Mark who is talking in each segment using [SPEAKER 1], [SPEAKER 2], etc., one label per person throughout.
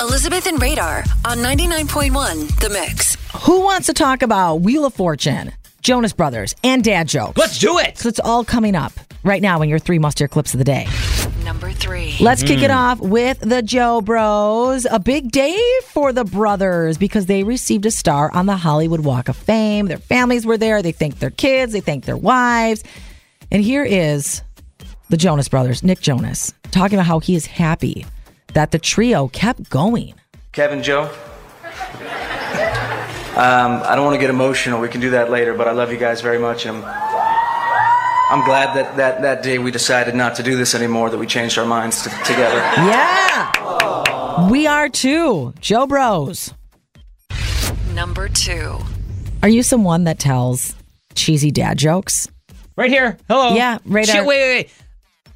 [SPEAKER 1] Elizabeth and Radar on 99.1 The Mix.
[SPEAKER 2] Who wants to talk about Wheel of Fortune, Jonas Brothers, and dad jokes?
[SPEAKER 3] Let's do it.
[SPEAKER 2] So it's all coming up right now in your three must hear clips of the day.
[SPEAKER 1] Number three.
[SPEAKER 2] Let's kick it
[SPEAKER 3] Mm-hmm.
[SPEAKER 2] off with the Joe Bros. A big day for the brothers because they received a star on the Hollywood Walk of Fame. Their families were there. They thanked their kids. They thanked their wives. And here is the Jonas Brothers, Nick Jonas, talking about how he is happy that the trio kept going.
[SPEAKER 4] Kevin, Joe. Um, I don't want to get emotional. We can do that later, but I love you guys very much. And I'm, I'm glad that, that that day we decided not to do this anymore, that we changed our minds to, together.
[SPEAKER 2] Yeah. We are too, Joe Bros.
[SPEAKER 1] Number two.
[SPEAKER 2] Are you someone that tells cheesy dad jokes?
[SPEAKER 3] Right here. Hello.
[SPEAKER 2] Yeah, radar.
[SPEAKER 3] Shit, wait, wait, wait.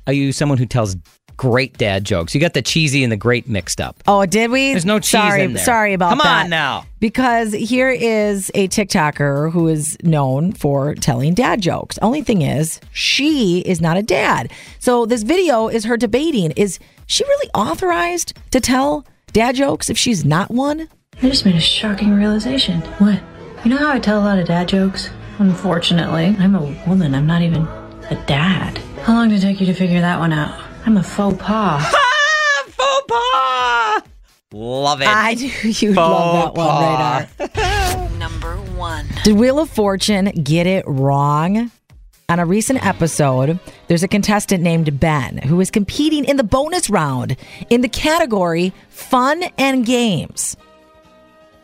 [SPEAKER 3] Are you someone who tells great dad jokes? You got the cheesy and the great mixed up.
[SPEAKER 2] Oh, did we?
[SPEAKER 3] There's no cheese
[SPEAKER 2] sorry,
[SPEAKER 3] in there.
[SPEAKER 2] Sorry about
[SPEAKER 3] Come
[SPEAKER 2] that.
[SPEAKER 3] on now.
[SPEAKER 2] Because here is a TikToker who is known for telling dad jokes. Only thing is, she is not a dad. So this video is her debating is she really authorized to tell dad jokes if she's not one?
[SPEAKER 5] I just made a shocking realization. What? You know how I tell a lot of dad jokes? Unfortunately, I'm a woman. I'm not even a dad. How long did it take you to figure that one out? I'm a faux pas.
[SPEAKER 3] Ah, faux pas. Love it.
[SPEAKER 2] I knew you'd love that one, Radar.
[SPEAKER 1] Number one.
[SPEAKER 2] Did Wheel of Fortune get it wrong? On a recent episode, there's a contestant named Ben who is competing in the bonus round in the category Fun and Games.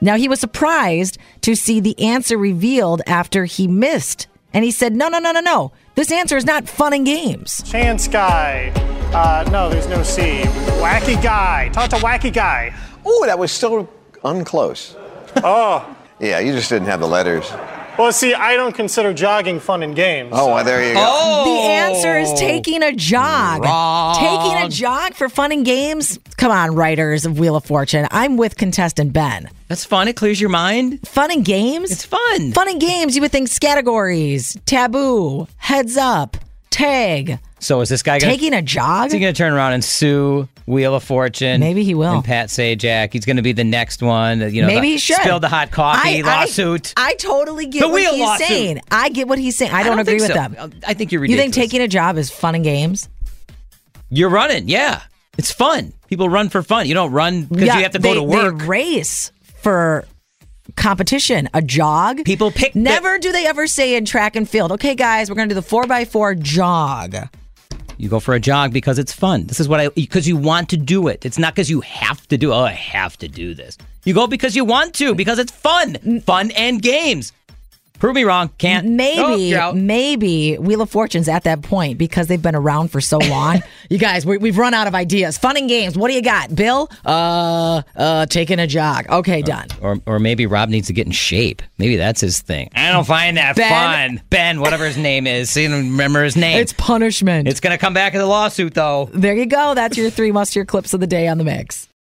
[SPEAKER 2] Now, he was surprised to see the answer revealed after he missed. And he said, No, no, no, no, no. This answer is not fun and games.
[SPEAKER 6] Chance guy. Uh, no, there's no C. Wacky guy. Talk to wacky guy.
[SPEAKER 7] Oh, that was so unclose.
[SPEAKER 6] Oh.
[SPEAKER 7] Yeah, you just didn't have the letters.
[SPEAKER 6] Well, see, I don't consider jogging fun and games.
[SPEAKER 7] Oh, well, there you go.
[SPEAKER 2] The answer is taking a jog.
[SPEAKER 3] Wrong.
[SPEAKER 2] Taking a jog for fun and games? Come on, writers of Wheel of Fortune. I'm with contestant Ben.
[SPEAKER 3] That's fun. It clears your mind.
[SPEAKER 2] Fun and games?
[SPEAKER 3] It's fun.
[SPEAKER 2] Fun and games, you would think categories, taboo, heads up, tag,
[SPEAKER 3] So is this guy gonna,
[SPEAKER 2] taking a jog?
[SPEAKER 3] Is he going to turn around and sue Wheel of Fortune?
[SPEAKER 2] Maybe he will.
[SPEAKER 3] And Pat Sajak. He's going to be the next one. that, You know,
[SPEAKER 2] Maybe
[SPEAKER 3] the,
[SPEAKER 2] he should.
[SPEAKER 3] Spilled the hot coffee
[SPEAKER 2] I- I-
[SPEAKER 3] lawsuit.
[SPEAKER 2] I, totally get
[SPEAKER 3] The
[SPEAKER 2] what
[SPEAKER 3] wheel
[SPEAKER 2] he's
[SPEAKER 3] lawsuit.
[SPEAKER 2] saying. I get what he's saying. I don't, agree
[SPEAKER 3] think
[SPEAKER 2] with
[SPEAKER 3] so.
[SPEAKER 2] them.
[SPEAKER 3] I think you're
[SPEAKER 2] You
[SPEAKER 3] ridiculous.
[SPEAKER 2] think taking a job is fun and games?
[SPEAKER 3] You're running. Yeah. It's fun. People run for fun. You don't run because you have to go
[SPEAKER 2] they-
[SPEAKER 3] to work.
[SPEAKER 2] They race for competition, a jog.
[SPEAKER 3] People pick the-
[SPEAKER 2] Never do they ever say in track and field, okay, guys, we're going to do the 4x4 jog.
[SPEAKER 3] You go for a jog because it's fun. This is what I because you want to do it. It's not because you have to do. Oh, I have to do this. You go because you want to because it's fun, fun and games. Prove me wrong. Can't Nope,
[SPEAKER 2] Maybe,
[SPEAKER 3] you're out.
[SPEAKER 2] maybe Wheel of Fortune's at that point because they've been around for so long. you guys, we, we've run out of ideas. Fun and games. What do you got, Bill? Uh, uh, taking a jog. Okay, done.
[SPEAKER 3] or or maybe Rob needs to get in shape. Maybe that's his thing. I don't find that
[SPEAKER 2] Ben.
[SPEAKER 3] fun. Ben, whatever his name is, see, I don't remember his name.
[SPEAKER 2] It's
[SPEAKER 3] It's
[SPEAKER 2] punishment.
[SPEAKER 3] it's gonna come back in the lawsuit though.
[SPEAKER 2] there you go. That's your three must hear clips of the day on the mix.